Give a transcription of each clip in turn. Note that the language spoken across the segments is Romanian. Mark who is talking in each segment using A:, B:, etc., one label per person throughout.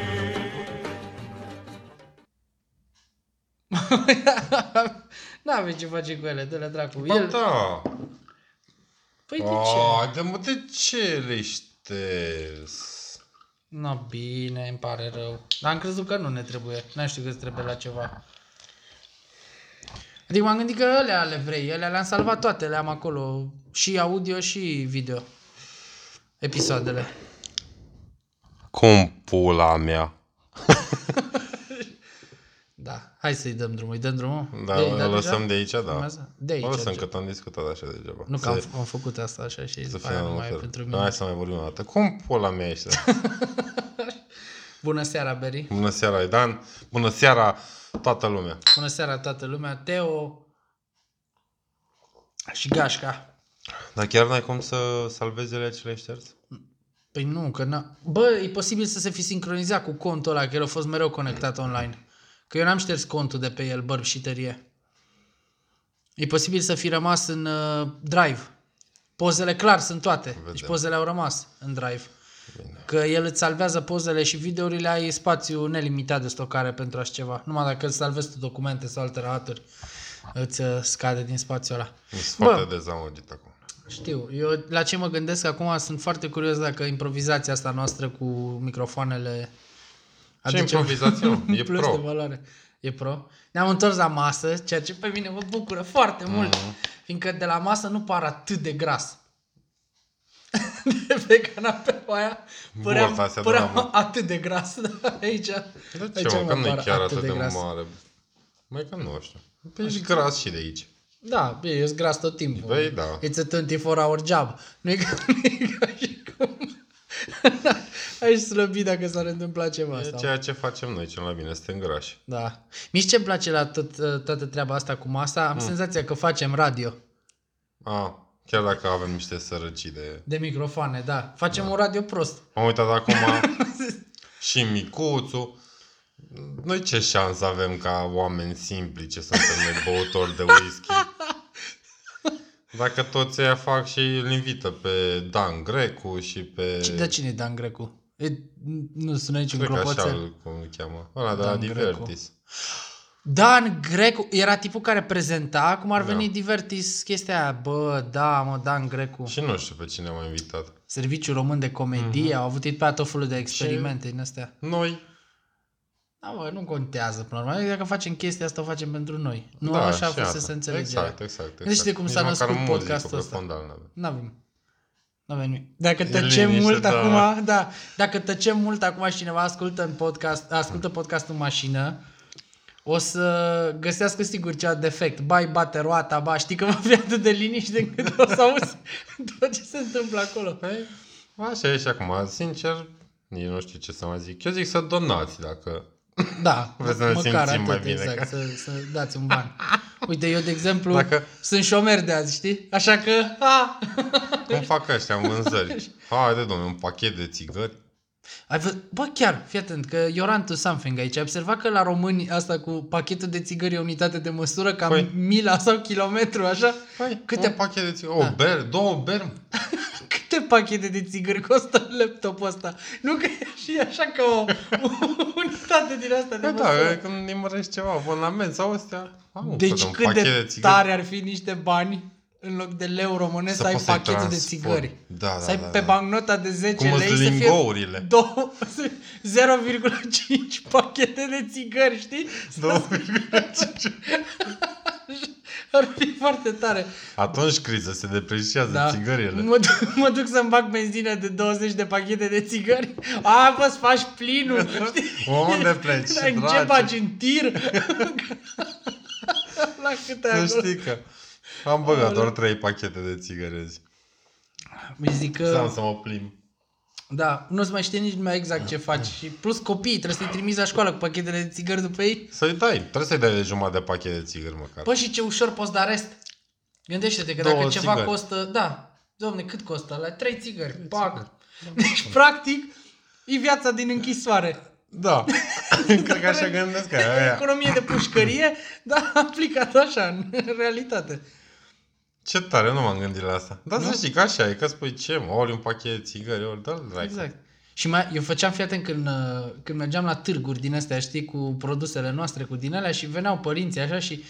A: N-avem ce face cu ele, dă-le dracu.
B: Ba
A: El...
B: da.
A: Păi de ce?
B: Ai, de mă, de ce le șters?
A: No, bine, îmi pare rău. Dar am crezut că nu ne trebuie. N-am știut că îți trebuie la ceva. Adică m-am gândit că alea le vrei, alea le-am salvat toate, le am acolo. Și audio și video. Episoadele.
B: Cum pula mea?
A: Da, hai să-i dăm drumul. Îi dăm drumul?
B: Da,
A: De-ai
B: o
A: dat
B: lăsăm de
A: deja?
B: aici, da.
A: Urmează? De aici.
B: O lăsăm,
A: Arge.
B: că am discutat așa degeaba.
A: Nu că am,
B: Să-
A: f- am făcut asta așa și
B: să
A: după
B: fie
A: aia nu
B: în
A: mai e
B: fel.
A: pentru
B: Da,
A: mine.
B: Hai să mai vorbim o dată. Cum pula mea ești?
A: Bună seara, Beri.
B: Bună seara, Dan. Bună seara, toată lumea.
A: Bună seara toată lumea, Teo și Gașca.
B: Dar chiar n-ai cum să salvezi ele acele șters?
A: Păi nu, că n Bă, e posibil să se fi sincronizat cu contul ăla, că el a fost mereu conectat online. Că eu n-am șters contul de pe el, bărb și tărie. E posibil să fi rămas în uh, drive. Pozele clar sunt toate. Vedem. Deci
B: Vedem.
A: pozele au rămas în drive. Bine. Că el îți salvează pozele și videourile, ai spațiu nelimitat de stocare pentru așa ceva. Numai dacă îți salvezi tu documente sau alte rahaturi, îți uh, scade din spațiul ăla.
B: Sunt foarte dezamăgit acum.
A: Știu, eu la ce mă gândesc acum sunt foarte curios dacă improvizația asta noastră cu microfoanele
B: Ce
A: aduce
B: improvizație? mă?
A: un
B: E
A: plus de
B: pro.
A: valoare. E pro. Ne-am întors la masă, ceea ce pe mine mă bucură foarte mm. mult,
B: Mhm.
A: fiindcă de la masă nu par atât de gras. de pe canapeaua aia păream,
B: Bun, asta de la
A: păream
B: mult.
A: atât de gras. dar Aici,
B: De ce, mă, că nu e chiar atât de mare. Mai că nu știu. Păi ești gras și de aici.
A: Da, bine, eu sunt gras tot timpul.
B: Băi, da.
A: It's a 24 hour job. Nu e ca, nu e ca și cum... Aș slăbi dacă s-ar întâmpla ceva.
B: E
A: Sau...
B: ceea ce facem noi cel mai bine, suntem grași.
A: Da. Mici ce-mi place la tot, ă, toată treaba asta cu masa? Am mm. senzația că facem radio.
B: A, chiar dacă avem niște sărăcii de...
A: De microfoane, da. Facem da. un radio prost.
B: M-am uitat acum și micuțul. Noi ce șansă avem ca oameni simpli ce suntem noi băutori de whisky? Dacă toți ăia fac și îl invită pe Dan Grecu și pe...
A: E... Dar cine e Dan Grecu? E, nu sună niciun
B: Cred că așa
A: clopoțel.
B: îl, cum îl cheamă. Ăla de la
A: Dan Grecu.
B: Divertis.
A: Dan Grecu era tipul care prezenta, cum ar
B: Da.
A: veni Divertis, chestia aia. Bă, da, mă, Dan Grecu.
B: Și nu știu pe cine am invitat.
A: Serviciul Român de
B: Mhm.
A: Comedie, mm-hmm. au avut ei pe aia tot felul de experimente din astea.
B: Noi.
A: Da, bă, nu contează până la urmă. Adică Dacă facem chestia asta, o facem pentru noi. Nu
B: da,
A: așa a fost
B: și
A: să
B: asta.
A: se înțelege.
B: Exact, exact. exact.
A: Gândește-te cum
B: Nici
A: s-a
B: măcar
A: născut
B: muzică
A: podcastul
B: pe
A: ăsta.
B: fondal n-avem.
A: N-avem. N-avem nimic. Dacă
B: E
A: tăcem
B: liniște,
A: mult
B: da.
A: acum, da, dacă tăcem mult acum și cineva ascultă în podcast, ascultă podcastul în mașină, o să găsească sigur cea defect. Bai, bate roata, ba, știi că va fi atât de liniște încât o să auzi tot ce se întâmplă acolo.
B: Păi, așa e și acum. Sincer, nici nu știu ce să mai zic. Eu zic să donați dacă...
A: Da,
B: Vreți să ne
A: măcar
B: simțim
A: atât,
B: mai bine,
A: exact,
B: că-
A: să, să dați un ban. Uite, eu, de exemplu, Dacă...
B: Dacă-
A: sunt șomer de azi, știi? Așa că, a! Păi-
B: Cum fac ăștia în vânzări? Haide, domnule, un pachet de țigări.
A: Ai vă... Bă, chiar, fii atent, că Ioran to something aici. Ai observat că la români asta cu pachetul de țigări e unitate de măsură, ca păi.
B: Păi.
A: mila sau kilometru, așa?
B: Păi,
A: Câte-
B: Câte... un pachet de
A: Da.
B: țigări. O bere, două beri.
A: Păi Câte pachete de țigări costă laptopul ăsta? Nu că e și așa ca o unitate din asta de
B: Păi da,
A: măsură.
B: când nimărești ceva, abonament sau astea. Am
A: Deci
B: să dau un
A: cât
B: pachet
A: de
B: țigări.
A: tare ar fi niște bani în loc de leu românesc să,
B: Să
A: ai
B: poți să-i
A: pachetul de
B: transform.
A: țigări.
B: Da, da,
A: să ai
B: da,
A: pe
B: da.
A: bancnota de 10
B: Cum
A: lei
B: îți
A: să
B: lingourile.
A: fie două- 0,5 pachete de țigări, știi?
B: Două-
A: Ar fi foarte tare.
B: Atunci criză, se depreciază
A: Da.
B: țigările.
A: Mă, duc, mă duc să-mi bag benzină de 20 de pachete de țigări. A, bă, îți faci plinul. Știi?
B: Unde pleci,
A: Da, în ce
B: dragi?
A: faci în tir? La câte ai
B: Să
A: acolo?
B: știi că am băgat doar trei pachete de țigări azi.
A: Mi zic că...
B: Să am să mă plimb.
A: Da, nu-ți mai știe nici mai exact ce faci. Și plus copiii, trebuie să-i trimiți la școală cu pachetele de țigări după ei.
B: Să-i dai, trebuie să-i dai de jumătate de pachet de țigări măcar.
A: Bă, Păi și ce ușor poți da rest. Gândește-te că
B: Două
A: dacă ceva
B: țigări.
A: costă, da, domne, cât costă? La trei țigări, pac. Deci, practic, e viața din închisoare.
B: Da, cred că așa gândesc că aia.
A: Economie de pușcărie, dar aplicat așa, în realitate.
B: Ce tare, nu m-am gândit la asta. Dar să știi că așa e, că spui ce, mă, ori un pachet de țigări, ori da, dă-l dracu.
A: Exact. Și mai, eu făceam, fii atent, când, uh, când mergeam la târguri din astea, știi, cu produsele noastre, cu din alea și veneau părinții așa și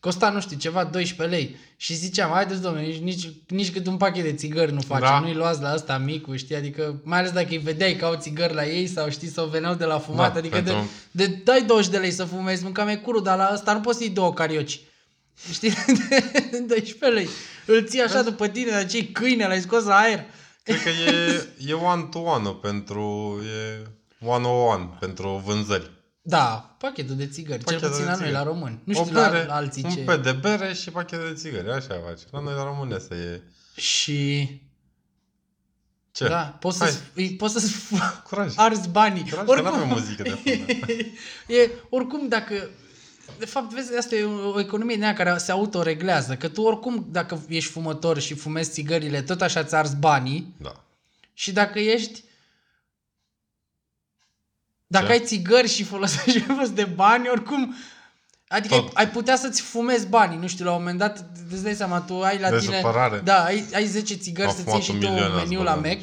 A: Costa, nu știu, ceva 12 lei. Și ziceam, haideți domnule, nici, nici, nici cât un pachet de țigări nu facem,
B: Da.
A: nu-i luați la asta micul, știi, adică, mai ales dacă îi vedeai că au țigări la ei sau știi, sau veneau de la fumat,
B: Da,
A: adică
B: pentru-
A: de, de, dai 20 de lei să fumezi, mâncam e curul, dar la asta nu poți să-i două carioci. Știi, de 12 lei. Îl ții așa după tine, dar ce câine, l-ai scos la aer.
B: Cred că e, e one-to-one pentru... E one-on-one pentru vânzări.
A: Da, pachetul de țigări,
B: Pachetul
A: cel puțin
B: de
A: la noi, la
B: țigări.
A: români. Nu știu la, la alții
B: un
A: ce...
B: pe de bere și pachet de țigări, așa face. La noi la România asta e...
A: Și...
B: Ce?
A: Da, poți
B: Hai.
A: să-ți, îi- poți să-ți f-
B: Curaj.
A: arzi banii.
B: Dragi, că n-avem muzică de fond.
A: e, oricum, dacă... De fapt, vezi, asta e o o economie din aia care se autoreglează. Că tu oricum, dacă ești fumător și fumezi țigările, tot așa ți arzi banii.
B: Da.
A: Și dacă ești... Dacă
B: Ce?
A: ai țigări și folosești fost de bani, oricum... Adică ai,
B: Tot.
A: ai putea să-ți fumezi banii, nu știu, la un moment dat îți dai seama, tu ai la
B: De
A: tine...
B: supărare.
A: Da, ai, ai 10 țigări
B: Am
A: să ții
B: fumat
A: și
B: un
A: tu
B: milion
A: un
B: azi,
A: meniu
B: bă,
A: la
B: da.
A: Mac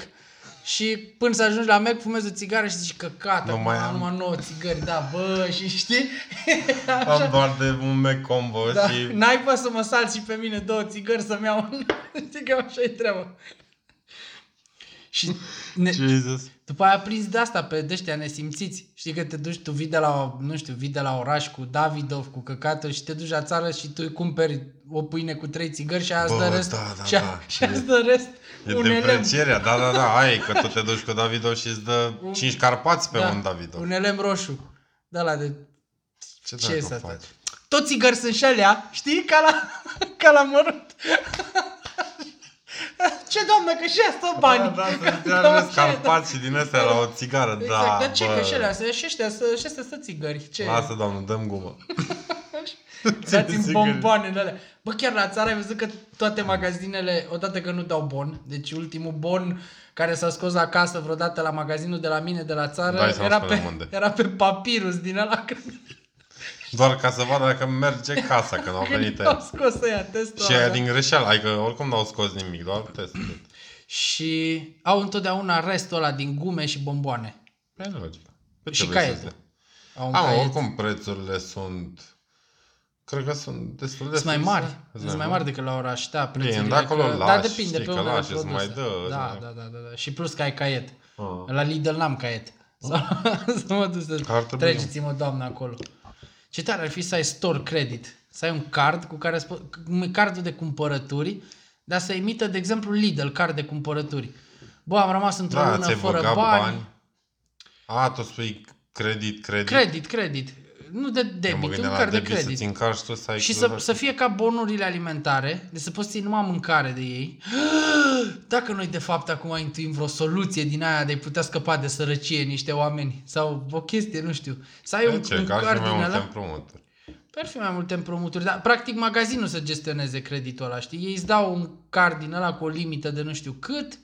A: și până să ajungi la Mac fumezi o țigară și zici căcat,
B: Nu
A: acum
B: mai
A: am
B: am.
A: numai 9 țigări, da, bă, și știi?
B: Am doar de un Mac combo
A: Da,
B: și...
A: n-ai pe să mă sal și pe mine două țigări să-mi iau un... Știi că așa e treaba. Și ne,
B: Jesus.
A: după aia prins de asta pe deștea nesimțiți. Știi că te duci, tu vii de la, nu știu, vii de la oraș cu Davidov, cu căcatul și te duci la țară și tu îi cumperi o pâine cu trei țigări și aia îți
B: Bă,
A: dă rest,
B: da, da,
A: și, aia-
B: da.
A: și aia îți dă rest
B: E
A: un elem.
B: deprecierea, da, da, da, ai, că tu te duci cu Davido și îți dă 5 carpați pe un Davido.
A: Da, Un elem roșu. Da, la de...
B: Ce,
A: Ce
B: dracu
A: să
B: faci?
A: faci? Toți țigări sunt și alea, știi? Ca la, ca la mărunt. Ce doamnă, că și asta
B: Da,
A: bani.
B: da,
A: Că-
B: să-ți
A: că
B: dea râs
A: așa e, da.
B: carpați și din astea la o țigară,
A: Exact,
B: da,
A: dar ce
B: bă.
A: că și alea, să- și ăștia, să- și astea să țigări. Ce?
B: Lasă, doamnă, dăm gumă.
A: Dați-mi
B: Țigări.
A: bomboane de alea. Bă, chiar la țară ai văzut că toate magazinele, odată că nu dau bon, deci ultimul bon care s-a scos acasă vreodată la magazinul de la mine, de la țară,
B: Dai seama
A: era,
B: să spunem
A: pe,
B: unde.
A: era pe papirus din ăla. Cred
B: Doar ca să vadă dacă merge casa când au
A: că
B: venit
A: au
B: aia.
A: scos ăia testul
B: Și
A: ăla,
B: aia
A: da.
B: din greșeală, adică oricum n-au scos nimic, doar testul.
A: Și au întotdeauna restul ăla din gume și bomboane.
B: Păi, E logic. Cât
A: Și
B: trebuie să
A: caiete.
B: se-
A: Au un
B: A, mă,
A: caiet.
B: oricum prețurile sunt... Cred că sunt destul de...
A: Sunt mai mari.
B: fixe.
A: Sunt mai mari decât la oraș, da, prețurile.
B: de acolo
A: că... da,
B: lași,
A: depinde
B: știi
A: pe
B: că
A: unele
B: lași, îți
A: produse.
B: mai dă,
A: da,
B: îți
A: da, da, da, da. Și plus că ai caiet.
B: Ah.
A: La Lidl n-am caiet. Să mă duc
B: Că ar
A: să
B: trebui.
A: treceți-mă, doamnă, acolo. Ce tare ar fi să ai store credit. Să ai un card cu care să po- c- cardul de cumpărături, dar să emită, de exemplu, Lidl, card de cumpărături. Bă, am rămas într-o
B: Da,
A: lună
B: ți-ai
A: fără
B: băgat
A: bani.
B: bani. A, tu spui credit, credit.
A: Credit, credit. Nu de
B: Eu mă
A: debit, un
B: gândeam la
A: card de
B: debit,
A: credit.
B: Să-ți încarci tu să ai
A: Și să,
B: credit.
A: să fie ca bonurile alimentare, deci să poți ții numai mâncare de ei. Dacă noi de fapt acum intuim vreo soluție din aia de a putea scăpa de sărăcie niște oameni sau o chestie, nu știu. Să ai un,
B: De
A: un
B: Păi, ce? Că ar
A: card
B: fi mai
A: din
B: multe
A: ăla,
B: împrumuturi.
A: ar fi mai multe împrumuturi, dar practic magazinul să gestioneze creditul ăla, știi? Ei îți dau un card din ăla cu o limită de nu știu cât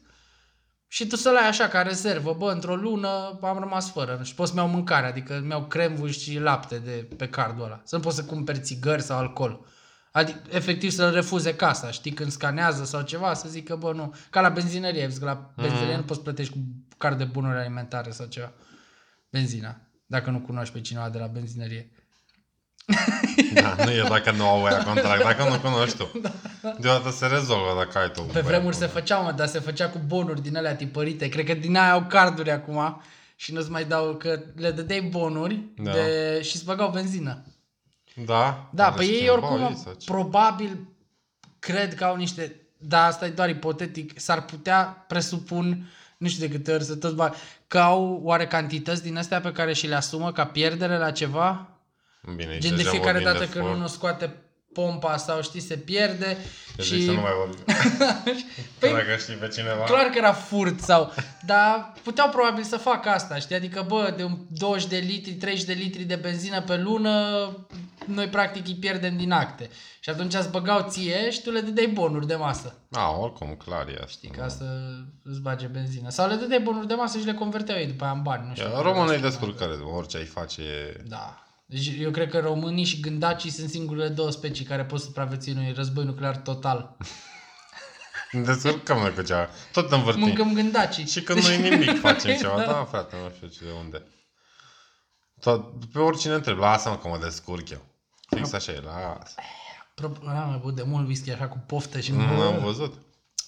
A: și tu să-l ai așa ca rezervă, bă, într-o lună am rămas fără, nu știu, pot să-mi iau mâncare, adică mi iau cremvuri și lapte de pe cardul ăla, să nu pot să cumperi țigări sau alcool. Adică, efectiv, să-l refuze casa, știi, când scanează sau ceva, să zică, bă, nu, ca la benzinărie, vezi că la benzinărie nu poți să plătești cu card de bunuri alimentare sau ceva. Benzina, dacă nu cunoști pe cineva de la benzinărie.
B: Da, nu e dacă nu au aia contract, dacă nu cunoști tu. Deodată se rezolvă dacă ai tu. un
A: Pe
B: băiat
A: vremuri se
B: bun.
A: făcea, mă, dar se făcea cu bonuri din alea tipărite. Cred că din aia au carduri acum și nu-ți mai dau, că le dădeai bonuri
B: Da.
A: de... și îți băgau benzină.
B: Da?
A: Da,
B: le
A: pe ei
B: schimbau
A: oricum,
B: ei sau ce?
A: probabil, cred că au niște... Dar asta e doar ipotetic. S-ar putea, presupun, nu știu de câte ori să tot bag, că au oare cantități din astea pe care și le asumă ca pierdere la ceva?
B: Bine, aici
A: Gen de
B: deja
A: fiecare
B: vorbim
A: dată
B: de
A: când
B: for-
A: unul scoate pompa sau știi, se pierde
B: Deci
A: și...
B: să nu mai vorbim. Că
A: Păi,
B: dacă știi pe cineva...
A: Clar că era furt sau... Dar puteau probabil să facă asta, știi? Adică, bă, de un 20 de litri, 30 de litri de benzină pe lună, noi practic îi pierdem din acte. Și atunci îți băgau ție și tu le dădeai bonuri de masă.
B: A, Da, oricum, clar e asta.
A: Știi,
B: nu?
A: ca să îți bage benzină. Sau le dădeai bonuri de masă și le converteau ei după aia în bani, nu știu.
B: Ia, Românul e descurcare, orice ai face e...
A: Da. Deci eu cred că românii și gândacii sunt singurele două specii care pot supraviețui unui război nuclear total.
B: Ne descurcăm noi cu ceva. Tot învârtim.
A: Mâncăm gândacii.
B: Și când nu-i nimic facem ceva.
A: Da.
B: Da, frate, nu știu ce de unde. Tot, pe oricine întreb, lasă-mă că mă descurc eu. Fix așa e, lasă.
A: Apropo, n-am mai băut de mult whisky așa cu poftă și
B: Nu am
A: mă,
B: văzut.
A: mă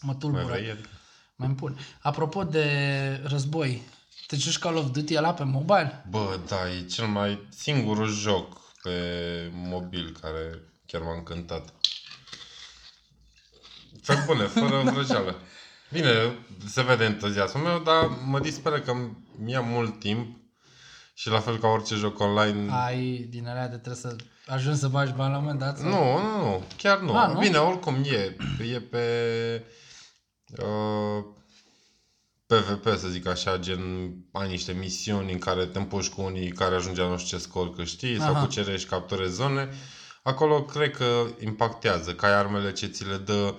B: Mai
A: tulbură.
B: vrei el?
A: Mai îmi pun. Apropo de război, te joci Call of Duty ăla pe mobile?
B: Bă, da, e cel mai singurul joc pe mobil care chiar m-a încântat. Pe bune, fără vrăjeală. Bine, se vede entuziasmul meu, dar mă disperă că îmi ia mult timp și la fel ca orice joc online.
A: Ai din alea de trebuie să ajungi să bagi bani la un moment dat? sau-
B: Nu, nu, nu, chiar nu.
A: A, Ah, nu?
B: Bine, oricum e, e pe uh, PvP, să zic așa, gen ai niște misiuni în care te împuși cu unii care ajunge la nu știu ce scor câștigi sau
A: Aha.
B: cucerești, capturezi zone. Acolo cred că impactează, că ai armele ce ți le dă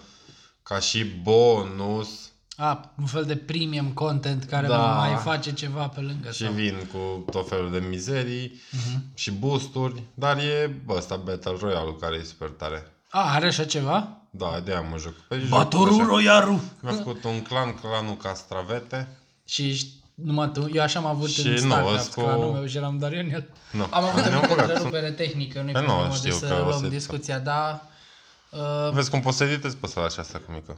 B: ca și bonus
A: A, un fel de premium content care
B: Da.
A: da. mai face ceva pe lângă.
B: și
A: sau-
B: vin cu tot felul de mizerii
A: Da. Mhm.
B: și boosturi, dar e bă, ăsta Battle Royale care e super tare.
A: A, are așa ceva?
B: Da, de-aia mă joc. Pe joc,
A: Batorul
B: așa.
A: Royaru!
B: Mi-a făcut un clan, clanul Castravete.
A: Și ești numai tu, eu așa am avut
B: Și
A: în
B: nu,
A: StarCraft,
B: îs cu-
A: cu... clanul meu și eram doar eu în el.
B: Nu,
A: Am avut
B: ne-am
A: o
B: curat. Sunt-
A: întrerupere tehnică, nu-i
B: Păi nu,
A: problemă de
B: știu că
A: să
B: o
A: luăm
B: să-
A: discuția, dar... Uh,
B: Vezi cum poți să editezi păsăra așa asta cu mică.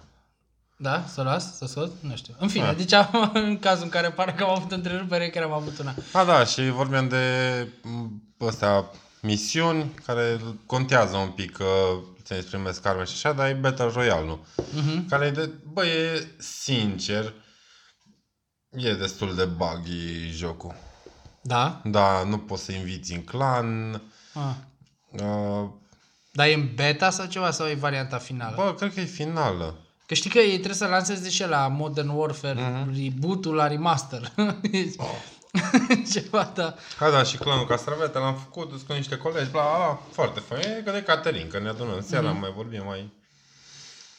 A: da, să o las, să scot, nu știu. În fine,
B: Da.
A: deci am, în cazul în care pare că am avut întrerupere, chiar am avut una.
B: A, da, și vorbeam de m, astea misiuni care contează un pic că ți-ai primesc arme și așa, dar e Battle Royale, nu?
A: Mhm.
B: Care e de, bă, e sincer, e destul de buggy jocul.
A: Da?
B: Da, nu poți să inviți în clan.
A: Ah.
B: Uh,
A: Dar e în beta sau ceva sau e varianta finală?
B: bă, cred că e finală.
A: Că știi că ei trebuie să lanseze și la Modern Warfare,
B: Mhm.
A: reboot-ul la remaster. Deci, ceva, da.
B: Ha, da, și clanul Castravete l-am făcut, sunt cu niște colegi, bla, bla, bla, foarte fain. E că de Caterin, că ne adunăm
A: Mhm.
B: seara, mm-hmm. mai vorbim, mai...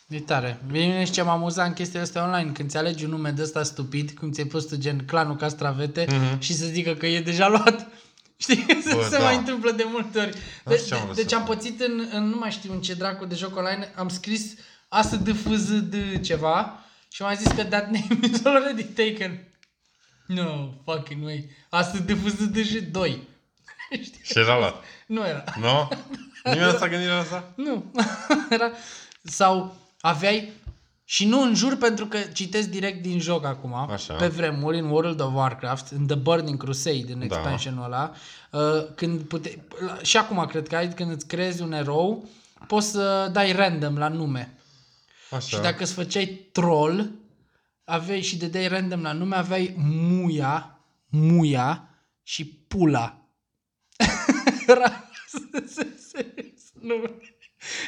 A: E tare. Mie ce m-am amuzat în chestia asta online, când ți alegi un nume de ăsta stupid, cum ți-ai pus tu gen clanul Castravete
B: Mhm.
A: și să zică că e deja luat. Știi,
B: Bă,
A: se
B: da.
A: mai întâmplă de multe ori.
B: Nu
A: De,
B: știu ce am
A: de,
B: vrut
A: deci
B: să
A: am
B: fac.
A: pățit în, în, nu mai știu în ce dracu de joc online, am scris asta de fâză de ceva și m-a zis că that name is already taken. No, fucking way. Asta de fâză de și 2.
B: Și era la...
A: Nu era.
B: Nu? Nimeni nu s-a gândit la asta?
A: Nu. Era... Sau aveai... Și nu în jur pentru că citesc direct din joc acum.
B: Așa.
A: Pe vremuri, în World of Warcraft, în The Burning Crusade, în expansionul ăla, uh, când pute... la- și acum cred că ai, când îți creezi un erou, poți să dai random la nume.
B: Așa.
A: Și dacă îți făceai troll, aveai și de dai random la nume, aveai muia, muia și pula. Era- nu.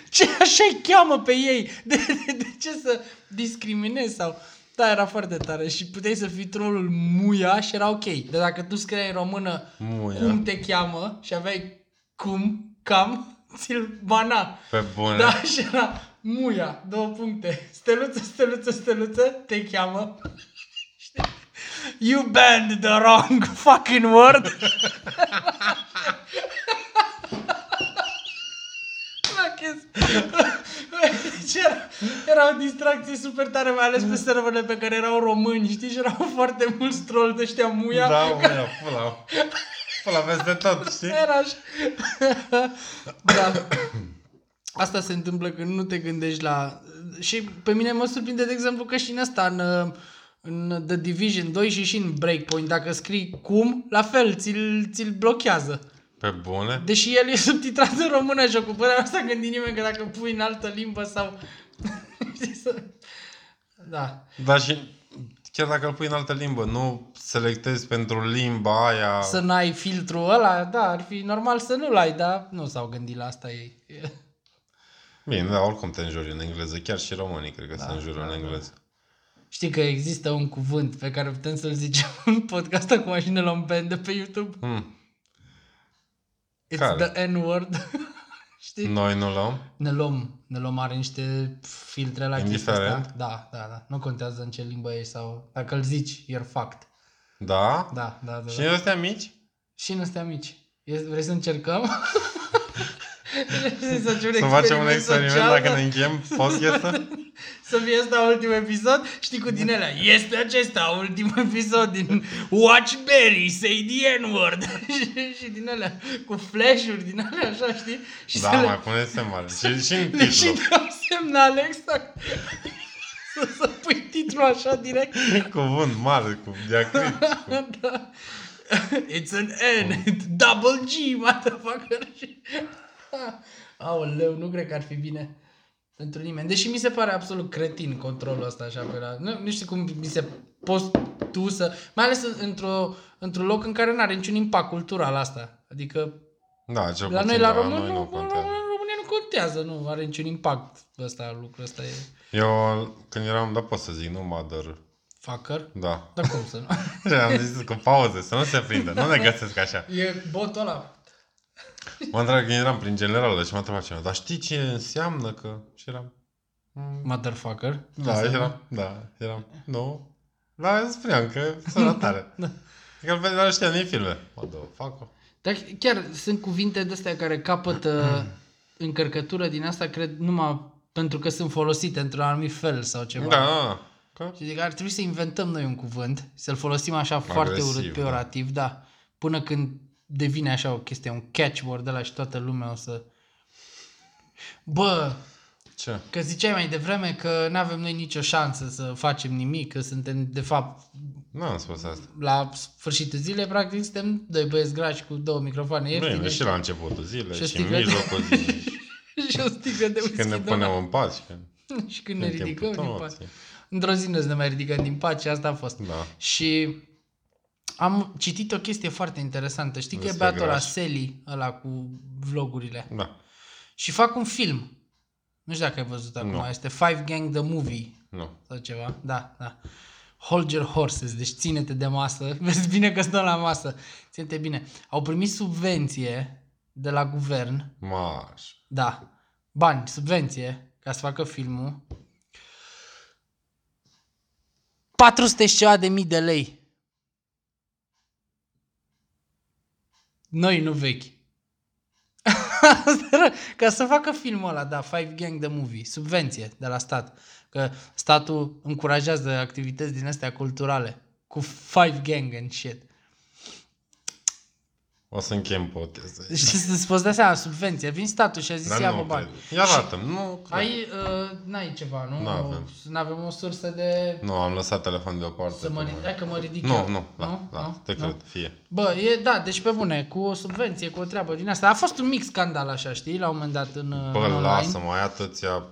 A: Ce așa îi cheamă pe ei? De, de, de ce să discriminezi sau... Da, era foarte tare și puteai să fii trollul muia și era ok. Dar dacă tu scriai în română
B: Muia.
A: cum te cheamă și aveai cum, cam, ți-l bana.
B: Pe bune.
A: Da, și era muia, două puncte. Steluță, steluță, steluță, te cheamă. Știi? You banned the wrong fucking word. La chestia- Deci era, era o distracție super tare, mai ales pe serverele pe care erau români, știi? Și erau foarte mulți troll de ăștia muia.
B: Da, muia, pula. Pula peste tot, știi?
A: Era așa. da. Asta se întâmplă când nu te gândești la... Și pe mine mă surprinde, de exemplu, că și în asta, în, uh, în The Division 2 și și în Breakpoint, dacă scrii cum, la fel, ți-l, ți-l blochează.
B: Pe bune?
A: Deși el e subtitrat în română jocul, până nu s-a gândit nimeni că dacă pui în altă limbă sau... Știi să- da.
B: Dar și chiar dacă îl pui în altă limbă, nu selectezi pentru limba aia.
A: Să n-ai filtrul ăla, da, ar fi normal să nu-l ai, dar nu s-au gândit la asta ei.
B: Bine, dar oricum te înjuri în engleză. Chiar și românii cred
A: Da,
B: că se înjură în engleză.
A: Știi că există un cuvânt pe care putem să-l zicem în podcast acum și ne luăm band de pe YouTube?
B: Hmm.
A: It's
B: Care? Mm.
A: the N-word. Știi?
B: Noi nu luăm?
A: Ne luăm, ne luăm, are niște filtre la chestia
B: Indiferent.
A: asta. Da, da, da. Nu contează în ce limbă ești sau dacă îl zici, you're fucked.
B: Da?
A: Da, da, da.
B: Și
A: da.
B: ăstea mici?
A: Și în astea mici. E- Vrei să încercăm? Vrei să,
B: Să facem un experiment
A: social,
B: dacă
A: da?
B: ne încheiem podcastul?
A: să fie ăsta ultimul episod, știi cu din alea, este acesta ultimul episod din Watch Berry, say the N-word și, și din alea, cu flash-uri din alea, așa, știi? Și
B: Da,
A: să le-
B: mai puneți semnale. Și, și în
A: le și
B: titlu.
A: dau semnal exact. să, să pui titlul așa direct.
B: Cuvânt mare, cu diacrit.
A: da. It's an N, double G, motherfucker. Și- Aoleu, nu cred că ar fi bine pentru nimeni. Deși mi se pare absolut cretin controlul ăsta așa pe la... Nu, nu știu cum mi se poți tu să... Mai ales în- într-o, într-un loc în care nu are niciun impact cultural asta. Adică
B: Da, cel
A: la
B: puțin
A: noi, la român, nu, nu,
B: contează.
A: România nu contează, nu are niciun impact ăsta, lucrul ăsta e
B: Eu, când eram, da, pot să zic, nu mother.
A: fucker.
B: Da.
A: Dar cum să nu?
B: Și am zis cu pauze, să nu se prindă, nu ne găsesc așa.
A: E botul ăla.
B: Mă întreb când eram prin generală și m-a întrebat cineva, dar știi ce înseamnă că... Și eram...
A: Motherfucker.
B: Da, eram, da, eram, nu. Da, spuneam că sunt ratare.
A: Da.
B: Că îl vedeam ăștia din filme. Mă dă, fac
A: Dar chiar sunt cuvinte de astea care capătă încărcătură din asta, cred, numai pentru că sunt folosite într-un anumit fel sau ceva.
B: Da, da, că...
A: Și zic, ar trebui să inventăm noi un cuvânt, să-l folosim așa foarte urât,
B: Agresiv, da.
A: peorativ, da. Până când devine așa o chestie, un catchword de la și toată lumea o să... Bă,
B: Ce?
A: Că ziceai mai devreme că nu avem noi nicio șansă să facem nimic, că suntem, de fapt,
B: Nu am spus asta.
A: la sfârșitul zilei, practic, suntem doi băieți grași cu două microfoane ieftine
B: Bine, și la începutul zilei,
A: da. și o
B: și în
A: sticlă de-
B: mijlocul zilei, și
A: și o sticlă de
B: când ne
A: whisky
B: punem în pace, că
A: doar. și când ne
B: suntem
A: ridicăm
B: cu
A: din
B: toții.
A: pace. Într-o zi nu să ne mai ridicăm din pace, asta a fost.
B: Da.
A: Și am citit o chestie foarte interesantă. Știi că e
B: Despre
A: beatul la
B: grași.
A: Sally, ăla cu vlogurile.
B: Da,
A: Și fac un film. Nu știu dacă ai văzut acum.
B: Nu.
A: Este Five Gang The Movie.
B: nu.
A: sau ceva, da, da. Hold your horses, deci ține-te de masă, vezi bine că stăm la masă, ține-te bine. Au primit subvenție de la guvern,
B: Maș.
A: da, bani, subvenție, ca să facă filmul. 400 și ceva de mii de lei. Noi, nu vechi. Ca să facă filmul ăla, da, Five Gang the Movie, subvenție de la stat. Că statul încurajează activități din astea culturale. Cu Five Gang and shit.
B: O să încheiem podcastul.
A: Deci să-ți poți da seama, subvenție. Vin statul și a zis, ia
B: Dar
A: bă
B: nu
A: bani.
B: cred. Ia arată nu cred.
A: Ai, uh, n-ai ceva, nu?
B: N-avem.
A: Nu avem o sursă de...
B: Nu, am lăsat telefonul deoparte.
A: Să mă
B: tocmai.
A: ridic, hai că mă ridic
B: Nu,
A: eu.
B: nu, da, da, te
A: Nu?
B: cred, fie.
A: Bă, e, da, deci pe bune, cu o subvenție, cu o treabă din asta. A fost un mic scandal așa, știi, la un moment dat în, uh,
B: Bă,
A: în online.
B: lasă-mă, ai atâția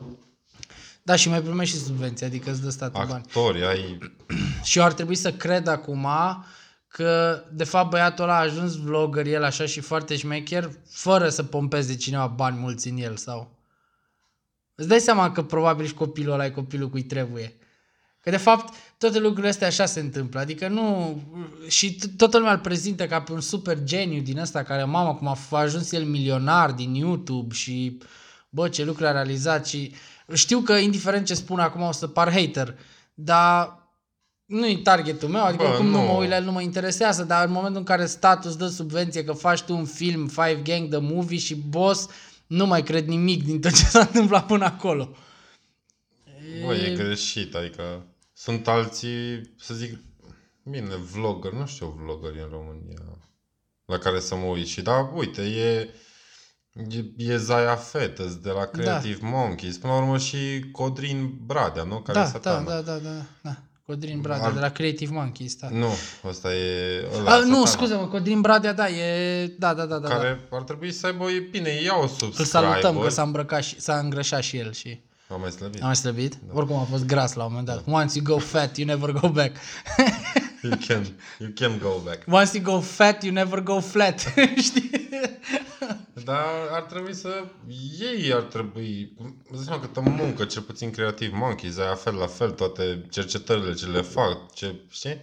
A: Da, și mai primești și subvenție, adică îți dă statul bani.
B: actori, ai...
A: Și eu ar trebui să cred acum că, de fapt, băiatul ăla a ajuns vlogger, el așa și foarte șmecher, fără să pompeze cineva bani mulți în el sau... Îți dai seama că probabil și copilul ăla e copilul cui trebuie. Că de fapt toate lucrurile astea așa se întâmplă, adică nu... Și t- toată lumea îl prezintă ca pe un super geniu din ăsta care, mamă, cum a f- a ajuns el milionar din YouTube și, bă, ce lucruri a realizat și... Știu că, indiferent ce spun acum, o să par hater, dar nu e targetul meu, adică
B: Bă,
A: oricum nu.
B: nu.
A: mă uit la el, nu mă interesează, dar în momentul în care statul îți dă subvenție că faci tu un film, Five Gang, The Movie și Boss, nu mai cred nimic din tot ce s-a întâmplat până acolo.
B: Bă, e greșit, adică sunt alții, să zic, bine, vlogger, nu știu vloggeri în România la care să mă uit și, da, uite, e, e, e Zaya Fetes de
A: Da.
B: la Creative Monkeys, până la urmă și Codrin Bradea, nu? Care
A: da,
B: e satana.
A: da, da, da, da, da. Codrin Bradea
B: Al-
A: de la Creative Monkeys, da.
B: Nu, ăsta e... Ăla,
A: A, nu,
B: satana.
A: scuze-mă, Codrin Bradea, da, e... Da, da, da, da. da.
B: care ar trebui să aibă, e bine, iau
A: Îl
B: subscriber.
A: salutăm că s-a, îmbrăcat și, s-a îngrășat și el și
B: Am mai slăbit.
A: am mai slăbit. Da. Oricum a fost gras la un moment
B: Da.
A: dat. Once you go fat, you never go back.
B: You can, you can go back.
A: Once you go fat, you never go flat. Știi?
B: Dar ar trebui să... Ei ar trebui... Îți dai seama câtă muncă, cel puțin creativ, monkeys, aia fel la fel, toate cercetările ce le fac, ce, știi?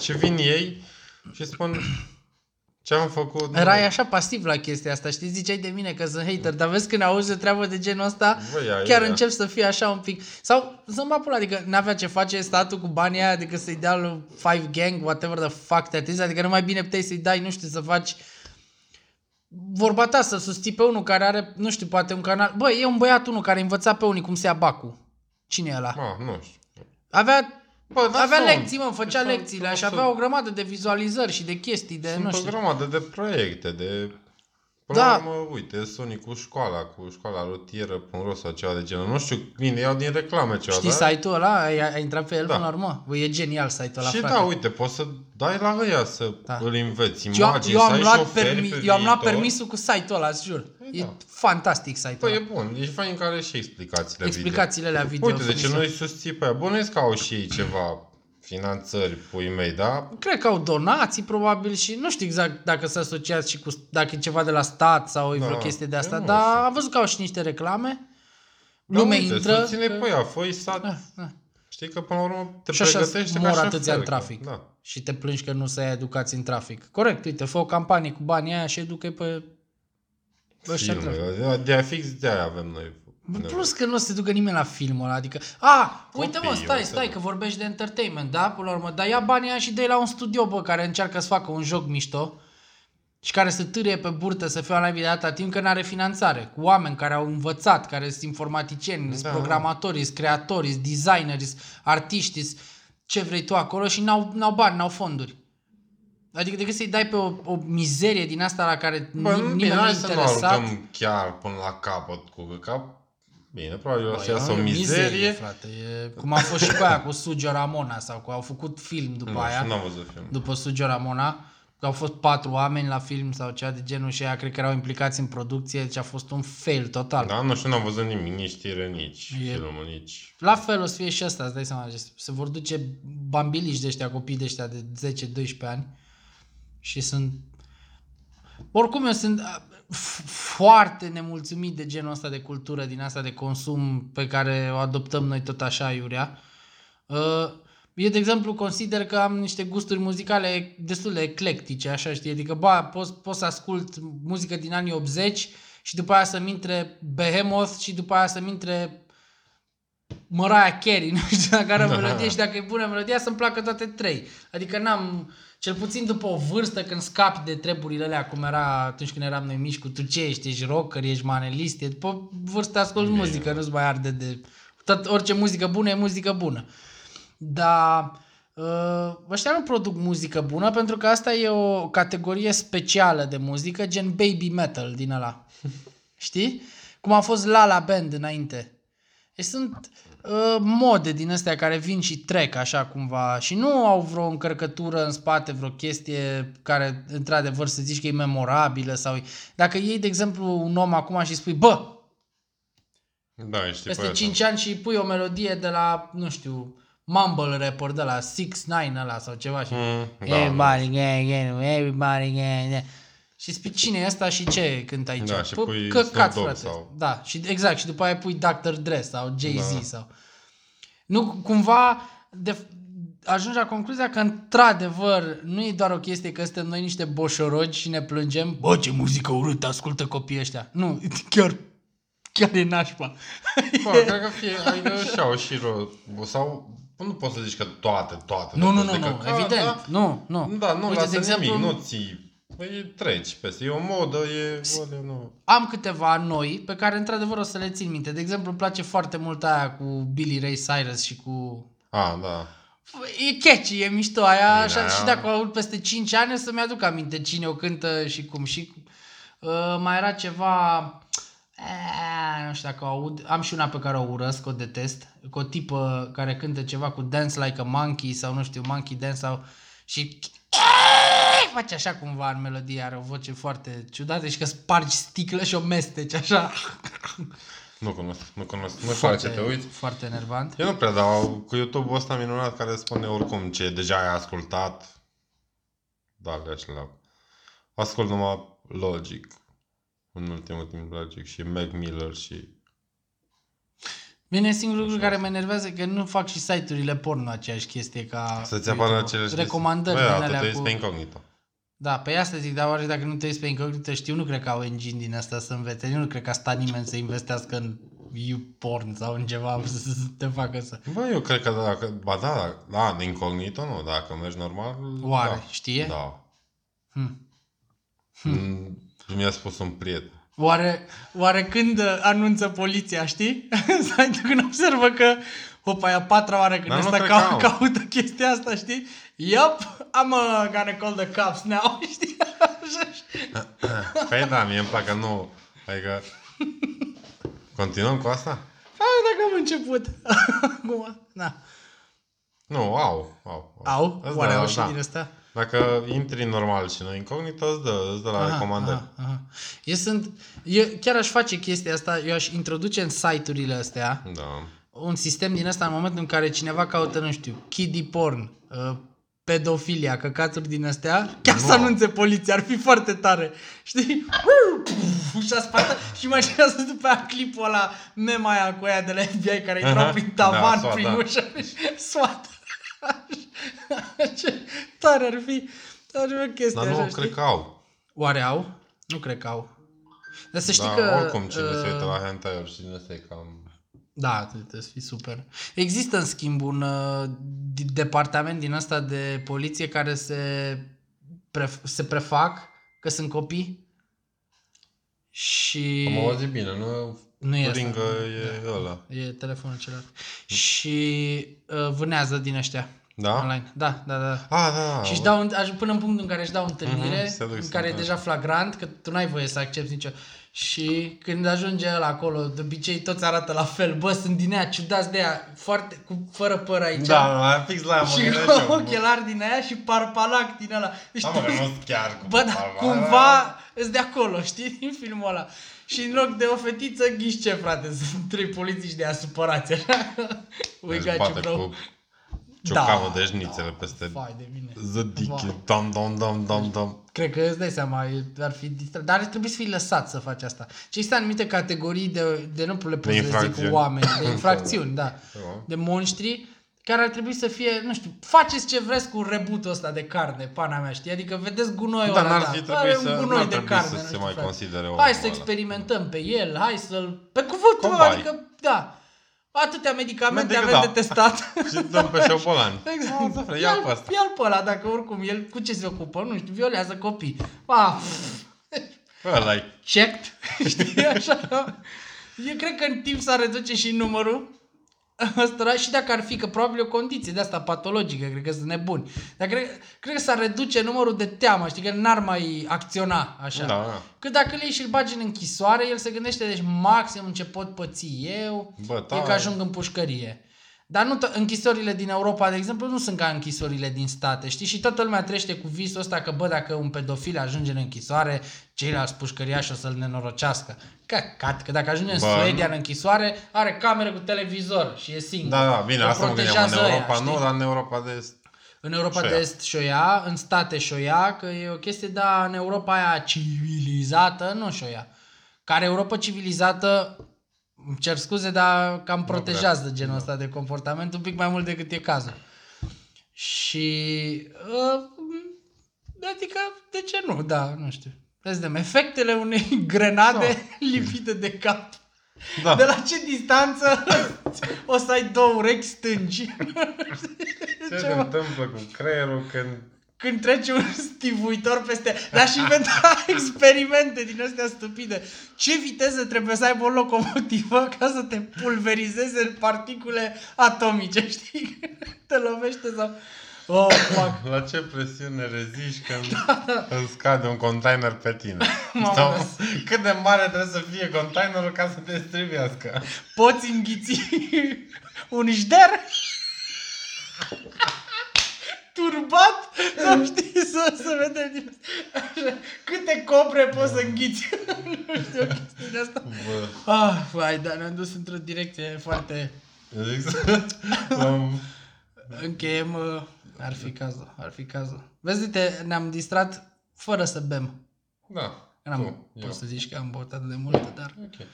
B: Și vin ei și spun ce am făcut... nu-
A: Erai așa pasiv la chestia asta, știi? Ziceai de mine că sunt hater, dar vezi când auzi o treabă de genul ăsta,
B: Bă, ia,
A: chiar
B: ia.
A: încep să fii așa un pic. Sau zâmba pula, adică n-avea ce face statul cu banii aia, adică să-i dea lui Five Gang, whatever the fuck te atins, adică nu mai bine puteai să-i dai, nu știu, să faci vorba ta să susții pe unul care are, nu știu, poate un canal. Bă, e un băiat unul care învăța pe unii cum se ia bacul. Cine e ăla?
B: Ma, Ah, nu știu.
A: Avea,
B: Bă, dar
A: avea
B: sunt.
A: lecții, mă, făcea
B: Sunt-
A: lecțiile și
B: sunt-
A: avea o grămadă de vizualizări și de chestii de, nu
B: Sunt o
A: știu.
B: grămadă de proiecte, de... Până
A: Da.
B: da. la urmă, uite, Sony cu școala, cu școala rutieră, Ponros sau ceva de genul. Nu știu, bine, iau din reclame ceva,
A: Știi
B: dar...
A: site-ul ăla? Ai, ai intrat pe el
B: Da.
A: până la urmă? Bă, e genial site-ul ăla,
B: Și
A: frate.
B: da, uite, poți să dai la ăia să
A: Da.
B: da. îl înveți
A: eu, am-
B: imagini,
A: eu,
B: să
A: am
B: ai
A: luat
B: șoferi
A: permi-
B: pe
A: eu am luat
B: viitor.
A: permisul cu site-ul ăla, îți jur.
B: E,
A: E
B: da.
A: fantastic site-ul
B: Păi e
A: ăla.
B: bun, e fain care are și explicațiile
A: Explicațiile alea video.
B: video. Uite, de ce
A: furnizoare.
B: noi susții pe aia? Bănuiesc că au și ei ceva finanțări, puii mei, da?
A: Cred că au donații probabil și nu știu exact dacă se asociați și cu, dacă e ceva de la stat sau e
B: Da,
A: vreo chestie de asta,
B: eu nu
A: dar
B: știu.
A: am văzut că au și niște reclame. Lumea
B: da, uite,
A: intră.
B: Susține
A: că-
B: pe ea, fă sat,
A: Da, da.
B: știi că până la urmă te
A: Și așa
B: pregătește
A: mor
B: ca
A: atâția
B: șofer,
A: în
B: că-
A: trafic.
B: Da.
A: Și te plângi că nu se ai educați în trafic. Corect, uite, fă o campanie cu banii aia și educă pe... Bă, și
B: Filme. De- De a fix de aia avem noi.
A: Bă,
B: nevoie.
A: Plus că nu se ducă nimeni la filmul ăla, adică... A, uite mă,
B: Copiii,
A: stai,
B: uite,
A: stai,
B: mă.
A: că vorbești de entertainment, da, până la urmă, dar ia banii aia și dă la un studio, bă, care încearcă să facă un joc mișto și care se târie pe burtă să fie online de atâta timp că n-are finanțare, cu oameni care au învățat, care sunt informaticieni, sunt
B: Da.
A: programatori, sunt creatori, sunt designeri, sunt artiști, sunt ce vrei tu acolo și n-au, n-au bani, n-au fonduri. Adică decât să-i dai pe o, o mizerie din asta la care
B: Bă,
A: nim- nimeni
B: bine,
A: nu e
B: hai să nu
A: interesat.
B: aruncăm chiar până la capăt cu cap. Bine, probabil o
A: Bă,
B: să
A: e
B: iasă o
A: Păi, mizerie,
B: mizerie.
A: frate. E, cum a fost și cu aia, cu Sugio Ramona, sau cu au făcut film după
B: Nu,
A: aia,
B: știu, n-am văzut filmul.
A: după Sugio Ramona, că au fost patru oameni la film sau cea de genul și aia cred că erau implicați în producție, deci a fost un fail total.
B: Da, nu știu, n-am văzut nimic, nici știre, nici
A: E-
B: filmul, nici...
A: La fel o să fie și asta, îți dai seama, deci se vor duce bambilici de ăștia, copii de ăștia de 10-12 ani și sunt... Oricum eu sunt a, f- foarte nemulțumit de genul ăsta de cultură, din asta de consum pe care o adoptăm noi tot așa, Iurea. Uh, Eu, de exemplu, consider că am niște gusturi muzicale destul de eclectice, așa știi, adică ba, pot, pot să ascult muzică din anii 80 și după aia să-mi intre Behemoth și după aia să-mi intre Mariah Carey, nu știu dacă are o melodie și dacă e bună melodia, să-mi placă toate trei. Adică n-am, cel puțin după o vârstă când scapi de treburile alea, cum era atunci când eram noi mici, cu tu ce ești, ești rocker, ești manelist, e, după vârstă ascult
B: Bine.
A: muzică, nu-ți mai arde de... Tot, orice muzică bună e muzică bună. Dar uh, ăștia nu produc muzică bună pentru că asta e o categorie specială de muzică, gen baby metal din ăla. Știi? Cum a fost La La Band înainte. Deci sunt uh, mode din astea care vin și trec așa cumva și nu au vreo încărcătură în spate, vreo chestie care într-adevăr să zici că e memorabilă sau... Dacă iei, de exemplu, un om acum și spui, bă,
B: Da, știi
A: peste 5 ani și pui o melodie de la, nu știu, Mumble Rapper, de la 6 9 ăla sau ceva și...
B: Mm, da, nu.
A: Everybody gang, gang, everybody gang, gang. Și spui cine e ăsta și ce cântă aici.
B: Da, și
A: Pă,
B: pui
A: căcat,
B: Snoop Dogg
A: frate.
B: sau-
A: Da, și, exact. Și după aia pui Dr. Dre sau Jay-Z
B: Da.
A: sau... Nu, cumva de, ajungi la concluzia că într-adevăr nu e doar o chestie că suntem noi niște boșorogi și ne plângem. Bă, ce muzică urâtă, ascultă copiii ăștia. Nu, chiar, chiar e nașpa.
B: Bă, cred că fie, adică și au și ro... Sau, nu poți să zici că toate, toate.
A: Nu,
B: le
A: nu, nu,
B: poți de
A: nu,
B: căcat, da?
A: evident. Nu, nu.
B: Da, nu
A: Uite,
B: lasă
A: de exemplu,
B: nimic, nu ții. Păi treci peste, e o modă, e... Bă, nu.
A: am câteva noi pe care într-adevăr o să le țin minte. De exemplu, îmi place foarte mult aia cu Billy Ray Cyrus și cu...
B: A, da.
A: E catchy, e mișto aia
B: Bine, da.
A: așa,
B: aia-
A: și dacă o aud peste 5 ani o să-mi aduc aminte cine o cântă și cum. Și uh, mai era ceva... Eee, nu știu dacă o aud. Am și una pe care o urăsc, o detest. Cu o tipă care cântă ceva cu Dance Like a Monkey sau nu știu, Monkey Dance sau... Și eh, face așa cumva în melodie, are o voce foarte ciudată și că spargi sticlă și o mesteci așa.
B: Nu cunosc, nu cunosc. Nu știu la ce te uiți.
A: Foarte enervant.
B: Eu nu prea dau cu YouTube-ul ăsta minunat care spune oricum ce deja ai ascultat. Da, le așa la... Ascult numai Logic. În ultimul timp Logic și Mac Miller și...
A: Bine, singurul lucru care mă enervează e că nu fac și site-urile porno aceeași chestie ca
B: Să-ți
A: YouTube.
B: apară aceleași...
A: Recomandări
B: Bă,
A: din
B: da,
A: alea
B: te cu...
A: cu...
B: pe incognito.
A: Da, pe asta zic, dar oare dacă nu te uiți pe incognito, știu, nu cred că au engine din asta să învețe. Eu nu cred că a stat nimeni să investească în YouPorn sau în ceva să te facă să...
B: Bă, eu cred că dacă... Ba da, da, da, de incognito nu, dacă mergi normal...
A: Oare,
B: Da.
A: știe?
B: Da.
A: Hm.
B: Mm, Mi-a spus un prieten.
A: Oare, oare când uh, anunță poliția, știi? Sau când observă că, hopa, e a patra oară când
B: Dar nu
A: ăsta
B: Da, cred
A: ca,
B: că au.
A: caută chestia asta, știi? Yup, I'm uh, gonna call the cops now, știi? Așa, și-
B: Păi da, mie îmi plac că nu. Adică... Continuăm cu asta?
A: Hai, dacă am început. Acum, na.
B: Nu, au, au.
A: Au?
B: Îți
A: Oare
B: dă,
A: au și
B: da.
A: din asta?
B: Dacă intri normal și nu incognito, îți dă, îți dă la da, recomandări.
A: Aha, aha. Eu sunt, eu chiar aș face chestia asta, eu aș introduce în site-urile astea
B: Da.
A: un sistem din ăsta în momentul în care cineva caută, nu știu, kiddie porn, uh, pedofilia, căcaturi din astea, chiar să
B: Mamă.
A: anunțe poliția, ar fi foarte tare. Știi? Uuu, puf, Și-a spart, și imaginează după aia clipul ăla, mema aia cu aia de la FBI care
B: Aha.
A: intrau prin tavan,
B: Da, soat,
A: prin
B: da.
A: ușă, soată. Ce tare ar fi. Ar fi o chestie
B: Dar
A: așa,
B: nu,
A: știi?
B: cred că au.
A: Oare au? Nu cred că au. Dar să știi
B: Dar
A: că...
B: Da, oricum cine se uită
A: uh,
B: la hentai și cine se cam...
A: Da, trebuie trebuie să fii super. Există, în schimb, un uh, di- departament din asta de poliție care se, pref- se prefac că sunt copii și...
B: Am auzit bine, nu?
A: Nu e asta. Da.
B: Ringă e ăla.
A: E telefonul celălalt. Și uh, vânează din ăștia
B: Da?
A: online. Da, da, da.
B: Ah, da.
A: Și își
B: da.
A: dau, în- aș- până în punctul în care își dau întâlnire,
B: Mhm, se duc,
A: în
B: se
A: care e
B: duc.
A: deja flagrant, că tu n-ai voie să accepti nicio... Și când ajunge el acolo, de obicei toți arată la fel, bă, sunt din aia, ciudați de aia, foarte, cu, fără păr aici.
B: Da, fix la aia mă
A: și
B: gândeam și eu.
A: ochelari din aia și parpalac din ăla. Deci
B: Da, mă, că nu sunt chiar cu
A: Bă, dar
B: barba.
A: cumva îți de acolo, știi, din filmul ăla. Și în loc de o fetiță, ghiși ce, frate, sunt trei polițiști de asupărați, așa. We
B: Își
A: got you,
B: bate
A: bro.
B: Deci cu ciocamă de șnițele peste
A: Da. Vai de mine.
B: zădiche. Dam, dam, dam, dam, dam.
A: Cred că îți dai seama, e- ar fi distra... Dar ar trebui să fii lăsat să faci asta. Și există anumite categorii de, de nu le poți să le zic
B: infracțiuni.
A: oameni, de infracțiuni, da. De monștri care ar trebui să fie, nu știu, faceți ce vreți cu rebutul ăsta de carne, pana mea, știi? Adică vedeți gunoiul
B: Dar
A: ăla,
B: n-ar fi
A: da, are
B: trebuit
A: un
B: să, n-ar
A: gunoi de
B: trebui
A: carne,
B: să
A: nu
B: se
A: știu,
B: mai
A: frate.
B: considere omul
A: Hai să
B: ăla.
A: experimentăm pe el, hai să-l... Pe cuvântul,
B: Cobai.
A: adică, da. Atâtea medicamente
B: Medic,
A: avem
B: da.
A: de testat.
B: Și dăm pe șobolan.
A: Exact.
B: Mamă, frate, Ia
A: Ia-l-
B: pe asta.
A: Ia-l pe ăla, dacă oricum el cu ce se ocupă, nu știu, violează copii. Ba,
B: ăla e.
A: checked, știi, așa. Eu cred că în timp s-ar reduce și numărul ăstora și dacă ar fi, că probabil e o condiție de asta patologică, cred că sunt nebuni. Dar cred, cred că s-ar reduce numărul de teamă, știi, că n-ar mai acționa așa.
B: Da, da.
A: Că dacă le iei și îl bagi în închisoare, el se gândește, deci maxim ce pot păți eu,
B: Bă,
A: e
B: tare.
A: că ajung în pușcărie. Dar nu to- închisorile din Europa, de exemplu, nu sunt ca închisorile din state, știi? Și toată lumea trește cu visul ăsta că, bă, dacă un pedofil ajunge în închisoare, ceilalți pușcăriași o să-l nenorocească. Căcat, că dacă ajunge în
B: Bă,
A: Suedia în închisoare, are cameră cu televizor și e singur.
B: Da, da, bine,
A: O
B: asta mă gândeam. În
A: protejează aia,
B: Europa
A: știi?
B: nu, dar în Europa de Est.
A: În Europa
B: Și
A: de
B: aia.
A: Est și ia, în state și ia, că e o chestie, dar în Europa aia civilizată, nu și ia. Care Europa civilizată, îmi cer scuze, dar cam
B: prea.
A: protejează genul ăsta de comportament un pic mai mult decât e cazul. Și... Uh, adică, de ce nu? Da, nu știu. Vedem, efectele unei grenade lipite de cap.
B: Da.
A: De la ce distanță o să ai două urechi stângi?
B: Ce se întâmplă cu creierul când...
A: când trece un stivuitor peste... Dar și inventa experimente din astea stupide. Ce viteză trebuie să aibă o locomotivă ca să te pulverizeze în particule atomice, știi? Te lovește sau... Oh, fuck.
B: La ce presiune reziști când îți scade un container pe tine?
A: Da. Mamă,
B: Sau
A: da.
B: cât de mare trebuie să fie containerul ca să te strivească?
A: Poți înghiți un jder? turbat sau știi să, să vedem din asta. Așa, câte copre poți să înghiți nu știu o chestie de asta
B: Bă,
A: Ah, vai, dar ne-am dus într-o direcție foarte...
B: eu zic să... Um, l-am-
A: Încheiem, uh, ar fi cazul, ar fi cazul. Vezi, uite, ne-am distrat fără să bem.
B: Da,
A: N-am,
B: tu, eu.
A: poți să zici că am băut atât de mult, dar
B: Ok.
A: a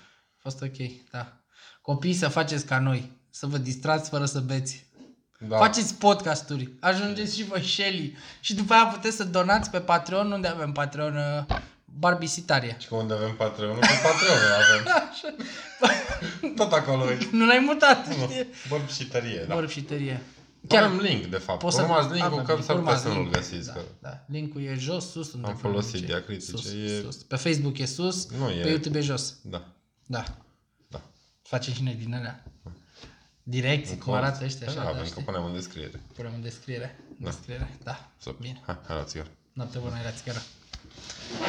A: fost ok, da. Copii, să faceți ca noi, să vă distrați fără să beți.
B: Da.
A: Faceți podcasturi, ajungeți și voi Shelly și după aia puteți să donați pe Patreon, unde avem Patreon uh, barbisitarie.
B: Și că unde avem Patreon? Pe Patreon avem.
A: Așa.
B: Tot acolo e.
A: Nu l-ai mutat,
B: Nu.
A: știi?
B: Bărb și tărie, da.
A: Vorb și tărie.
B: Chiar am link, de fapt. Poți urmați să... link-ul,
A: avem
B: că s-ar putea
A: urmați
B: să nu-l
A: link-ul.
B: găsiți.
A: Da,
B: că
A: da. Link-ul e jos, sus. unde
B: Am
A: pe
B: folosit
A: Facebook e.
B: diacritice,
A: Sus,
B: e-
A: sus. Pe Facebook e sus,
B: Nu
A: pe
B: e-
A: YouTube e jos.
B: Da,
A: Da.
B: da.
A: Face cine din alea. Direcții, cum arată ăștia așa.
B: Da,
A: da,
B: avem că
A: știi?
B: punem în descriere.
A: Punem în descriere. Da. Descriere, da.
B: Stop.
A: Bine.
B: Hai, hai la țigară.
A: Noapte bună, era țigară.